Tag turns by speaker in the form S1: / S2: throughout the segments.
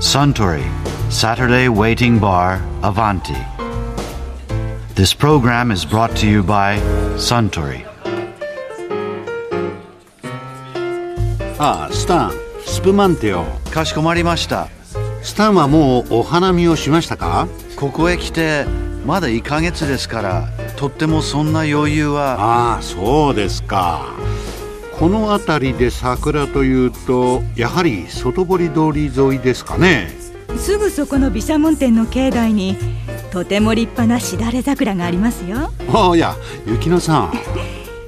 S1: Suntory Saturday Waiting Bar Avanti. This program is brought to you by Suntory.
S2: ああスタンスプマンテよ
S1: かしこまりました。
S2: スタンはもうお花見をしましたか
S1: ここへ来てまだ1ヶ月ですから、とってもそんな余裕は。
S2: ああそうですかこの辺りで桜というとやはり外堀通り沿いですかね
S3: すぐそこの毘沙門天の境内にとても立派なしだれ桜がありますよ
S2: ああいや雪乃さん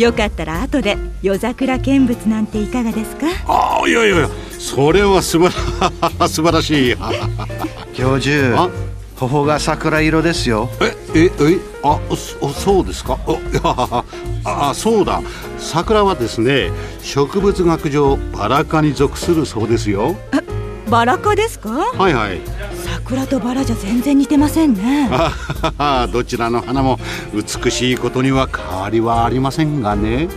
S3: よかったら後で夜桜見物なんていかがですか
S2: ああいやいやいやそれは素晴ら 素晴らしい
S1: 教授
S2: あ、
S1: 頬が桜色ですよ。
S2: えええあそそうですかおいやああそうだ桜はですね植物学上バラ科に属するそうですよ
S3: バラ科ですか
S2: はいはい
S3: 桜とバラじゃ全然似てませんね
S2: あはは はどちらの花も美しいことには変わりはありませんがね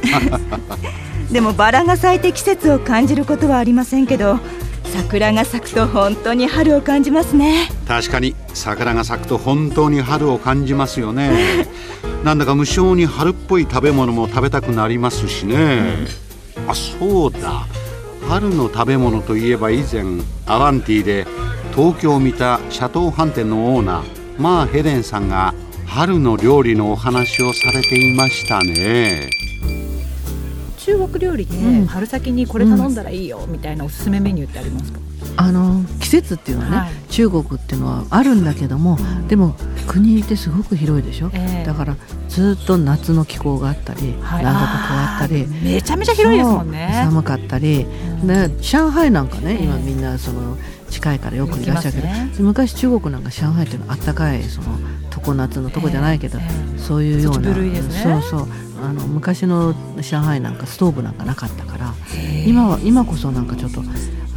S3: でもバラが咲いて季節を感じることはありませんけど桜が咲くと本当に春を感じますね
S2: 確かに桜が咲くと本当に春を感じますよねなんだか無性に春っぽい食べ物も食べたくなりますしねあそうだ春の食べ物といえば以前アランティで東京を見たシャトー飯店のオーナーマーヘレンさんが春の料理のお話をされていましたね
S4: 中国料理で春先にこれ頼んだらいいよみたいなおすすめメニューってありますか、
S5: あの季節っていうのはね、
S4: はい
S5: 中国っていうのはあるんだけども、でも国ってすごく広いでしょ、
S4: ええ
S5: だからずっと夏の気候があったり、
S4: はい
S5: 南北気候あったり
S4: めちゃめちゃ広いですもんね
S5: そう寒かったり、
S4: うん
S5: ね上海なんかね、
S4: ええ
S5: 今みんなその近いからよくいらっしゃるけど、
S4: 行きます
S5: 昔中国なんか上海っていうのはあったかいその常夏のとこじゃないけど、
S4: ええ
S5: そういうよう
S4: そ
S5: な、
S4: っち部類ですね
S5: そうそうあの昔の上海なんかストーブなんかなかったから今は今こそなんかちょっと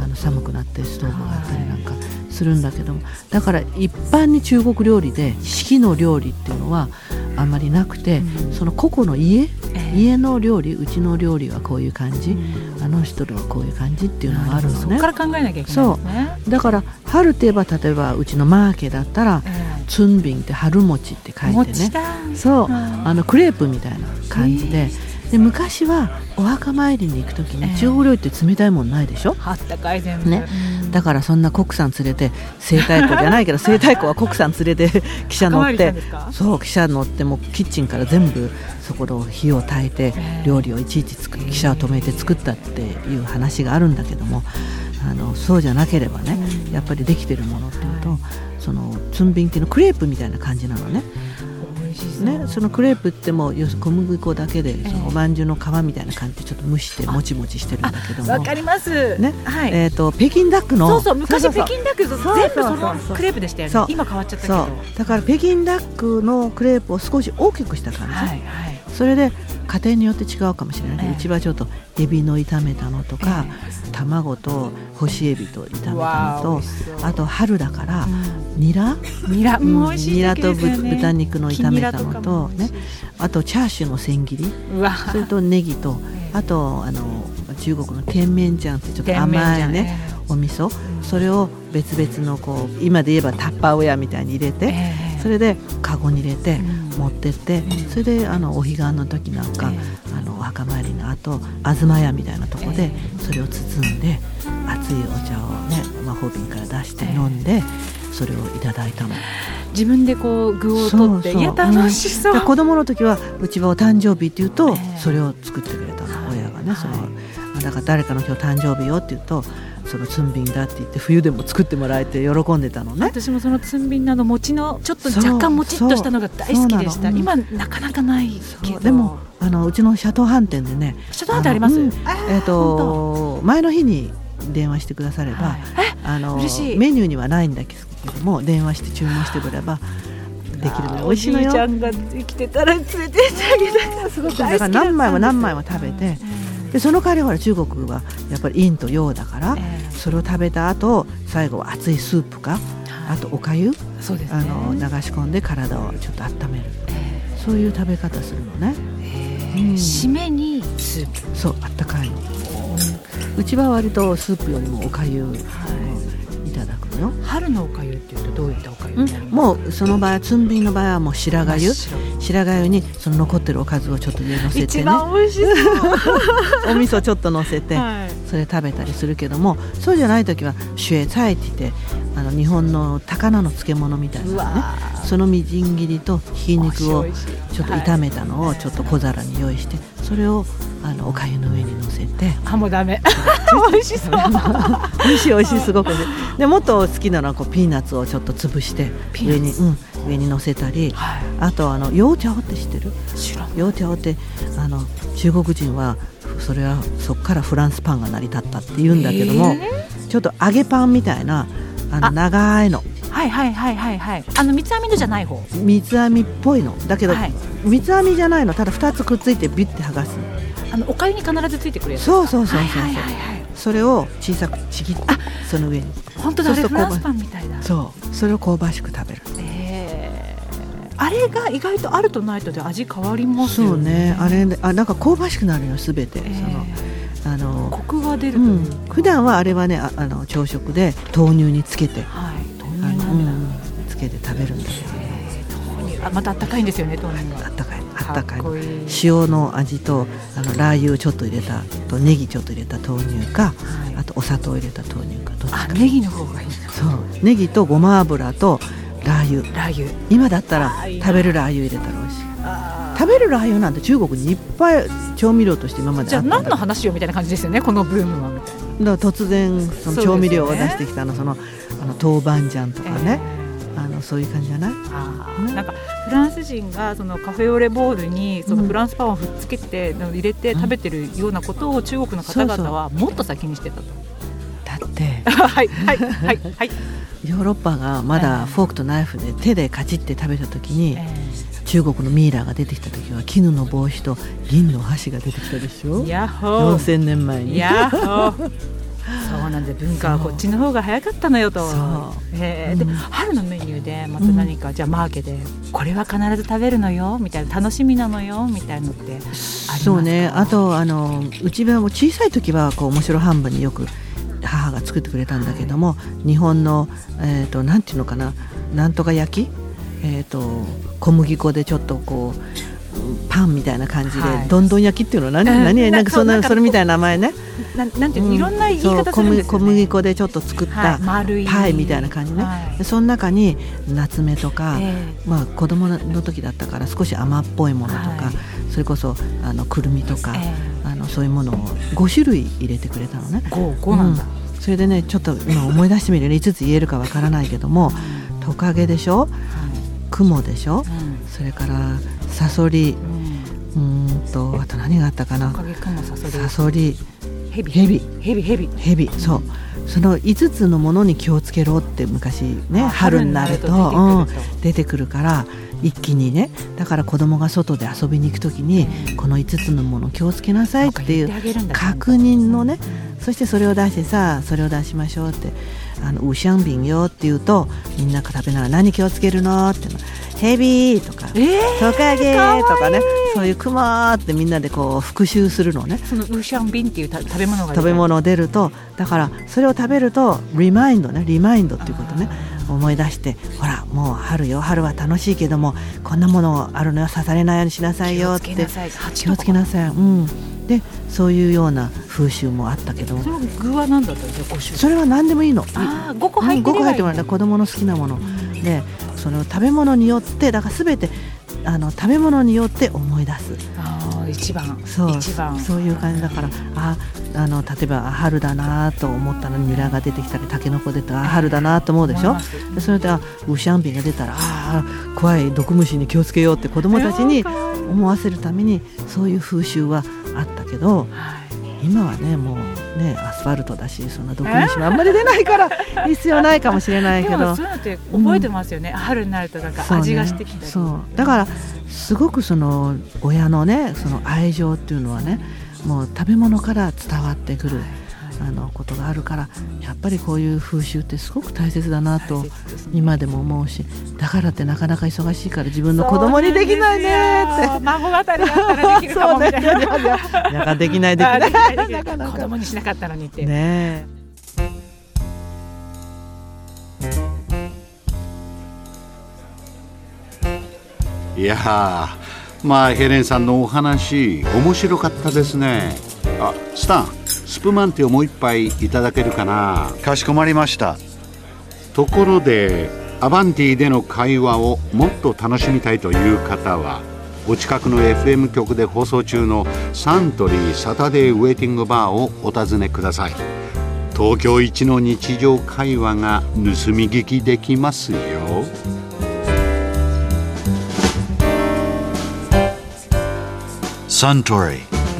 S5: あの寒くなってストーブがあったりなんかするんだけどもだから一般に中国料理で四季の料理っていうのはあんまりなくて、その個々の家
S4: ええ
S5: 家の料理うちの料理はこういう感じ、あの人らはこういう感じっていうのがあるの
S4: そこ
S5: ね
S4: から考えなきゃいけないですね
S5: だから春といえば例えばうちのマーケだったら「ツンビン」って春餅って書
S4: ええ
S5: いてね
S4: 餅だ
S5: そう
S4: あー
S5: あのクレープみたいな感じで,、で昔はお墓参りに行く時
S4: え
S5: に
S4: え
S5: 中国料理って冷たいもんないでしょ、
S4: あったかい全部
S5: ねだからそんな国産連れて西太湖じゃないけど西太湖は国産連れて汽車乗っ
S4: 赤ワイ
S5: て
S4: ンですか
S5: そう汽車乗ってもうキッチンから全部そこの火を焚いて
S4: ええ
S5: 料理をいちいち作汽車を止めて作ったっていう話があるんだけどもあのそうじゃなければねやっぱりできてるものっていうとそのツンビンっていうのクレープみたいな感じなのね。
S4: 美味しそう
S5: ね、そのクレープってもう要するに小麦粉だけでそのおまんじゅうの皮みたいな感じでちょっと蒸してもちもちしてるんだけど
S4: わ
S5: も
S4: か、ります
S5: ね
S4: はい、
S5: えー、と北京ダックの
S4: そうそう昔
S5: そうそう
S4: 北京ダック全
S5: そうそう
S4: 部そ
S5: そうそ
S4: の
S5: う
S4: クレープでしたよ
S5: そ
S4: ね
S5: う
S4: 今変わっちゃったけど
S5: そ
S4: は
S5: うだから北京ダックのクレープを少し大きくした感じ、
S4: いはい
S5: それで家庭によって違うかもしれないけど、
S4: ええ
S5: うちはちょっとエビの炒めたのとか、卵と干しエビと炒めた
S4: わあ美
S5: の
S4: 味しそう
S5: とあと春だから、ニラ
S4: ニラも美味しい
S5: ニラ
S4: 時期
S5: と
S4: ですよ
S5: ぶ
S4: ね
S5: 豚肉の炒めたの
S4: 黄ニラか
S5: と
S4: も美味
S5: ね
S4: しいう
S5: あとチャーシューの千切り
S4: わ
S5: それとネギとあとあの中国の甜麺醤ってちょっと甘い
S4: 甜麺醤
S5: ね
S4: ね
S5: お味噌それを別々のこう今で言えばタッパーウェアみたいに入れて
S4: ええ
S5: それでカゴに入れて
S4: うん
S5: 持ってってそれであのお彼岸の時なんか
S4: え
S5: あのお墓参りの後東屋みたいなとこで
S4: え
S5: それを包んで熱いお茶をね魔法瓶から出して飲んでそれをいただいたの。
S4: 自分でこう具を
S5: そ
S4: 取
S5: う
S4: って
S5: そう
S4: いや楽しそう
S5: うんで子供の時はうちはお誕生日って言うと、
S4: ええ
S5: それを作ってくれたの
S4: はい
S5: 親がねその、
S4: は
S5: だから誰かの今日誕生日よって言うとそのツンビンだって言って冬でも作ってもらえて喜んでたのね
S4: 私もそのツンビンなど餅のちょっと
S5: そう
S4: 若干もちっとしたのが大好きでした
S5: そう
S4: 今なかなかないけ
S5: そ
S4: ど
S5: うでもあのうちのシャトー飯店でね
S4: シャトー飯店あります
S5: のうん
S4: あー
S5: えっ、と前の日に電話してくだされば、
S4: はい
S5: あの
S4: 嬉しい
S5: メニューにはないんだけども電話して注文してくればできるのよ美味しいの
S4: おじいちゃ
S5: よ
S4: んが生きてたら連れてってあげたらすごく大好
S5: だ
S4: き
S5: から
S4: だったんです
S5: 何枚も何枚も食べてでその代わりほら中国はやっぱり陰と陽だから、
S4: ええ
S5: それを食べた後最後は熱いスープか、あとおかゆ、
S4: そうですね
S5: あの流し込んで体をちょっと温める、そういう食べ方するのね、うん
S4: 締めにスープ
S5: そうあったかいのうちは割とスープよりもおかゆをいただくのね、よ、
S4: 春のおかゆっていうとどういったおかゆ
S5: うん
S4: になりますか
S5: もうその場合つんびの場合はもう白
S4: 真っ
S5: がゆ
S4: 白
S5: 白がゆにその残ってるおかずをちょっと上に乗せて
S4: 一
S5: ね
S4: 番美味しそう、
S5: お味噌ちょっと乗せて
S4: はい
S5: それ食べたりするけどもそうじゃない時はシュエツァイって言ってあの日本の高菜の漬物みたいな
S4: う
S5: のね
S4: わ
S5: そのみじん切りとひき
S4: ー
S5: 肉を
S4: 美味しい美味しい
S5: ちょっと
S4: はい
S5: 炒めたのをちょっと小皿に用意してそれをあのおかゆの上に乗せ て
S4: あもうダ メ美味しそう
S5: 美味しい美味しいすごくねでもっと好きなのはこうピーナッツをちょっと潰して
S4: ピーナ
S5: 上に
S4: ッツ
S5: うん上に乗せたり
S4: はい
S5: あとあのヨーチャオって知ってる
S4: 白
S5: ヨーチャオってあの中国人はそれはそこからフランスパンが成り立ったって言うんだけども、ちょっと揚げパンみたいなあの
S4: あ
S5: 長いの
S4: はいはいはいはいはいあの三つ編みのじゃない方
S5: 三つ編みっぽいのだけど、
S4: はい
S5: 三つ編みじゃないのただ2つくっついてビュッて剥がすの
S4: あのおかゆに必ずついてくるやつ
S5: そうそうそうそう、
S4: はいはいはいはい
S5: それを小さくちぎってその上に
S4: 本当だあれ
S5: そうす
S4: フ
S5: ると
S4: ランスパンみたいだ
S5: そうそれを香ばしく食べる
S4: えーあれが意外とあるとないとで味変わります
S5: そ
S4: よ
S5: うねあれあなんか香ばしくなるよすべて、
S4: えー
S5: そのあの
S4: コクが出ると
S5: う
S4: いう、
S5: ん、普段はあれはねああの朝食で豆乳につけて
S4: はい豆
S5: あ
S4: 乳な
S5: の、うん
S4: だ、
S5: ん、つけて食べるんだけど
S4: えー豆乳あまたあったかいんですよね豆乳
S5: あっ
S4: は
S5: たかいあったか
S4: か
S5: い
S4: っこいい
S5: 塩の味とあのラー油をちょっと入れたとネギちょっと入れた豆乳か、
S4: はい
S5: あとお砂糖を入れた豆乳かどっち
S4: あ
S5: か
S4: ネギの方がいいな
S5: そうネギとごま油とラー油
S4: ラー油
S5: 今だったら
S4: あーいいな
S5: 食べるラー油入れたら美味しい
S4: あ
S5: 食べるラー油なんて中国にいっぱい調味料として今ま
S4: ー
S5: で
S4: じ
S5: あ
S4: ゃ
S5: っ
S4: あ
S5: たん
S4: 何
S5: だ
S4: の話よみたいな感じですよねこのブームはみたいな
S5: だから突然その調味料を出してきたのそ,、のあの豆板醤とかね、あのそういう感じじゃない
S4: あ
S5: ね
S4: ーなんかフランス人がそのカフェオレボウルにそのフランスパンをふっつけて入れて食べてるようなことを中国の方々はもっと先にしてたと。
S5: だって
S4: はいはいはいはい。
S5: ヨーロッパがまだフォークとナイフで手でカチって食べた時に、
S4: え
S5: 中国のミイラが出てきた時は絹の帽子と銀のお箸が出てきたでしょ
S4: ー、ヤッホー。
S5: 4000年前に
S4: ヤッホー。 そうなんで文化はこっちの方が早かったのよと
S5: そう。
S4: えーで
S5: うん
S4: 春のメニューでまた何か、じゃあマーケでこれは必ず食べるのよみたいな楽しみなのよみたいなのってありますか。
S5: そうねあとあのうちはもう小さい時はこう面白半分によく母が作ってくれたんだけども日本の、えー、となんていうのかななんとか焼き、えー、と小麦粉でちょっとこううんパンみたいな感じで、
S4: はい
S5: どんどん焼きっていうのは
S4: うん
S5: 何何なんかそん
S4: なん
S5: な
S4: か
S5: それみたいな名前ね
S4: なんなんていうのいろんな言い
S5: そう
S4: 方す
S5: 小
S4: るんで
S5: 麦
S4: す
S5: 小
S4: よね
S5: 麦。粉でちょっと作っ
S4: は
S5: た
S4: い、丸い
S5: パイみたいな感じね、
S4: はい
S5: でその中にナツメとか、
S4: え
S5: まあ、子供の時だったから少し甘っぽいものとか、
S4: はい
S5: それこそあのくるみとか、
S4: え
S5: あのそういうものを5種類入れてくれたのね
S4: え五五なんだ。
S5: うんそれでねちょっと今思い出してみるねいつつ言えるかわからないけどもトカゲでしょクモでしょそれからサソリうーんとあと何があったか
S4: おか
S5: な
S4: げかもさそ
S5: サソリ
S4: りヘビ
S5: ヘビ
S4: ヘビヘビ
S5: ヘビそうその5つのものに気をつけろって昔ね
S4: あ
S5: 春になると
S4: 春になると出てくると
S5: うん出てくるから一気にねだから子供が外で遊びに行く時にこの5つのもの気をつけなさいっていう確認のねそしてそれを出してさあそれを出しましょうってあのウシャンビンよって言うとみんなが食べながら何気をつけるのってのヘビーとか
S4: ええ
S5: トカゲとかねそういうクマってみんなでこう復習するのね
S4: そのウーシャンビンっていうた食べ物が
S5: 食べ物出るとだからそれを食べるとリマインドねリマインドっていうことね思い出してほらもう春よ春は楽しいけどもこんなものあるのよ刺されないようにしなさいよって
S4: 気をつけなさい
S5: 気をつけなさい、うん、でそういうような風習もあったけど
S4: その具は何だったんですか五種類
S5: それは何でもいいの
S4: ああ五個入
S5: 5
S4: ってれ
S5: 個
S4: ば
S5: 入ってもらった子供の好きなものでその食べ物によってだから全てあの食べ物によって思い出す
S4: ああ一番
S5: そう
S4: 一番
S5: そういう感じだからああの例えばあ春だなと思ったらニラが出てきたりタケノコ出たらあ春だなと思うでし
S4: 思い
S5: ょ
S4: ます
S5: でそれであウシャンビンが出たらああ怖い毒虫に気をつけようって子供たちに思わせるためにそういう風習はあったけど
S4: はい
S5: 今はねもうねアスファルトだしそんな毒虫もあんまり出ないから 必要ないかもしれないけ
S4: で
S5: ど
S4: もそういうのって覚えてますよね春になるとなんか
S5: そうね
S4: 味がしてきたり
S5: そうだからすごくその親のねその愛情っていうのはねもう食べ物から伝わってくる、あのことがあるからやっぱりこういう風習ってすごく大切だなと
S4: 大切ですね
S5: 今でも思うしだからってなかなか忙しいから自分の子供にできないね
S4: そうなん
S5: っ
S4: で
S5: て
S4: すよ。孫語りだったらできるかもみたいな。
S5: そうねいやいやいやなんかできないでき
S4: あ
S5: な
S4: で
S5: い
S4: きないできない
S5: なかなか
S4: 子供にしなかったのにって。
S5: ねえ
S2: いやあまあヘレンさんのお話面白かったですねあスタンスプマンティをもう一杯いただけるかな
S1: かしこまりました
S2: ところでアバンティでの会話をもっと楽しみたいという方はお近くの FM 局で放送中のサントリーサタデーウェイティングバーをお尋ねください東京一の日常会話が盗み聞きできますよ
S1: Suntory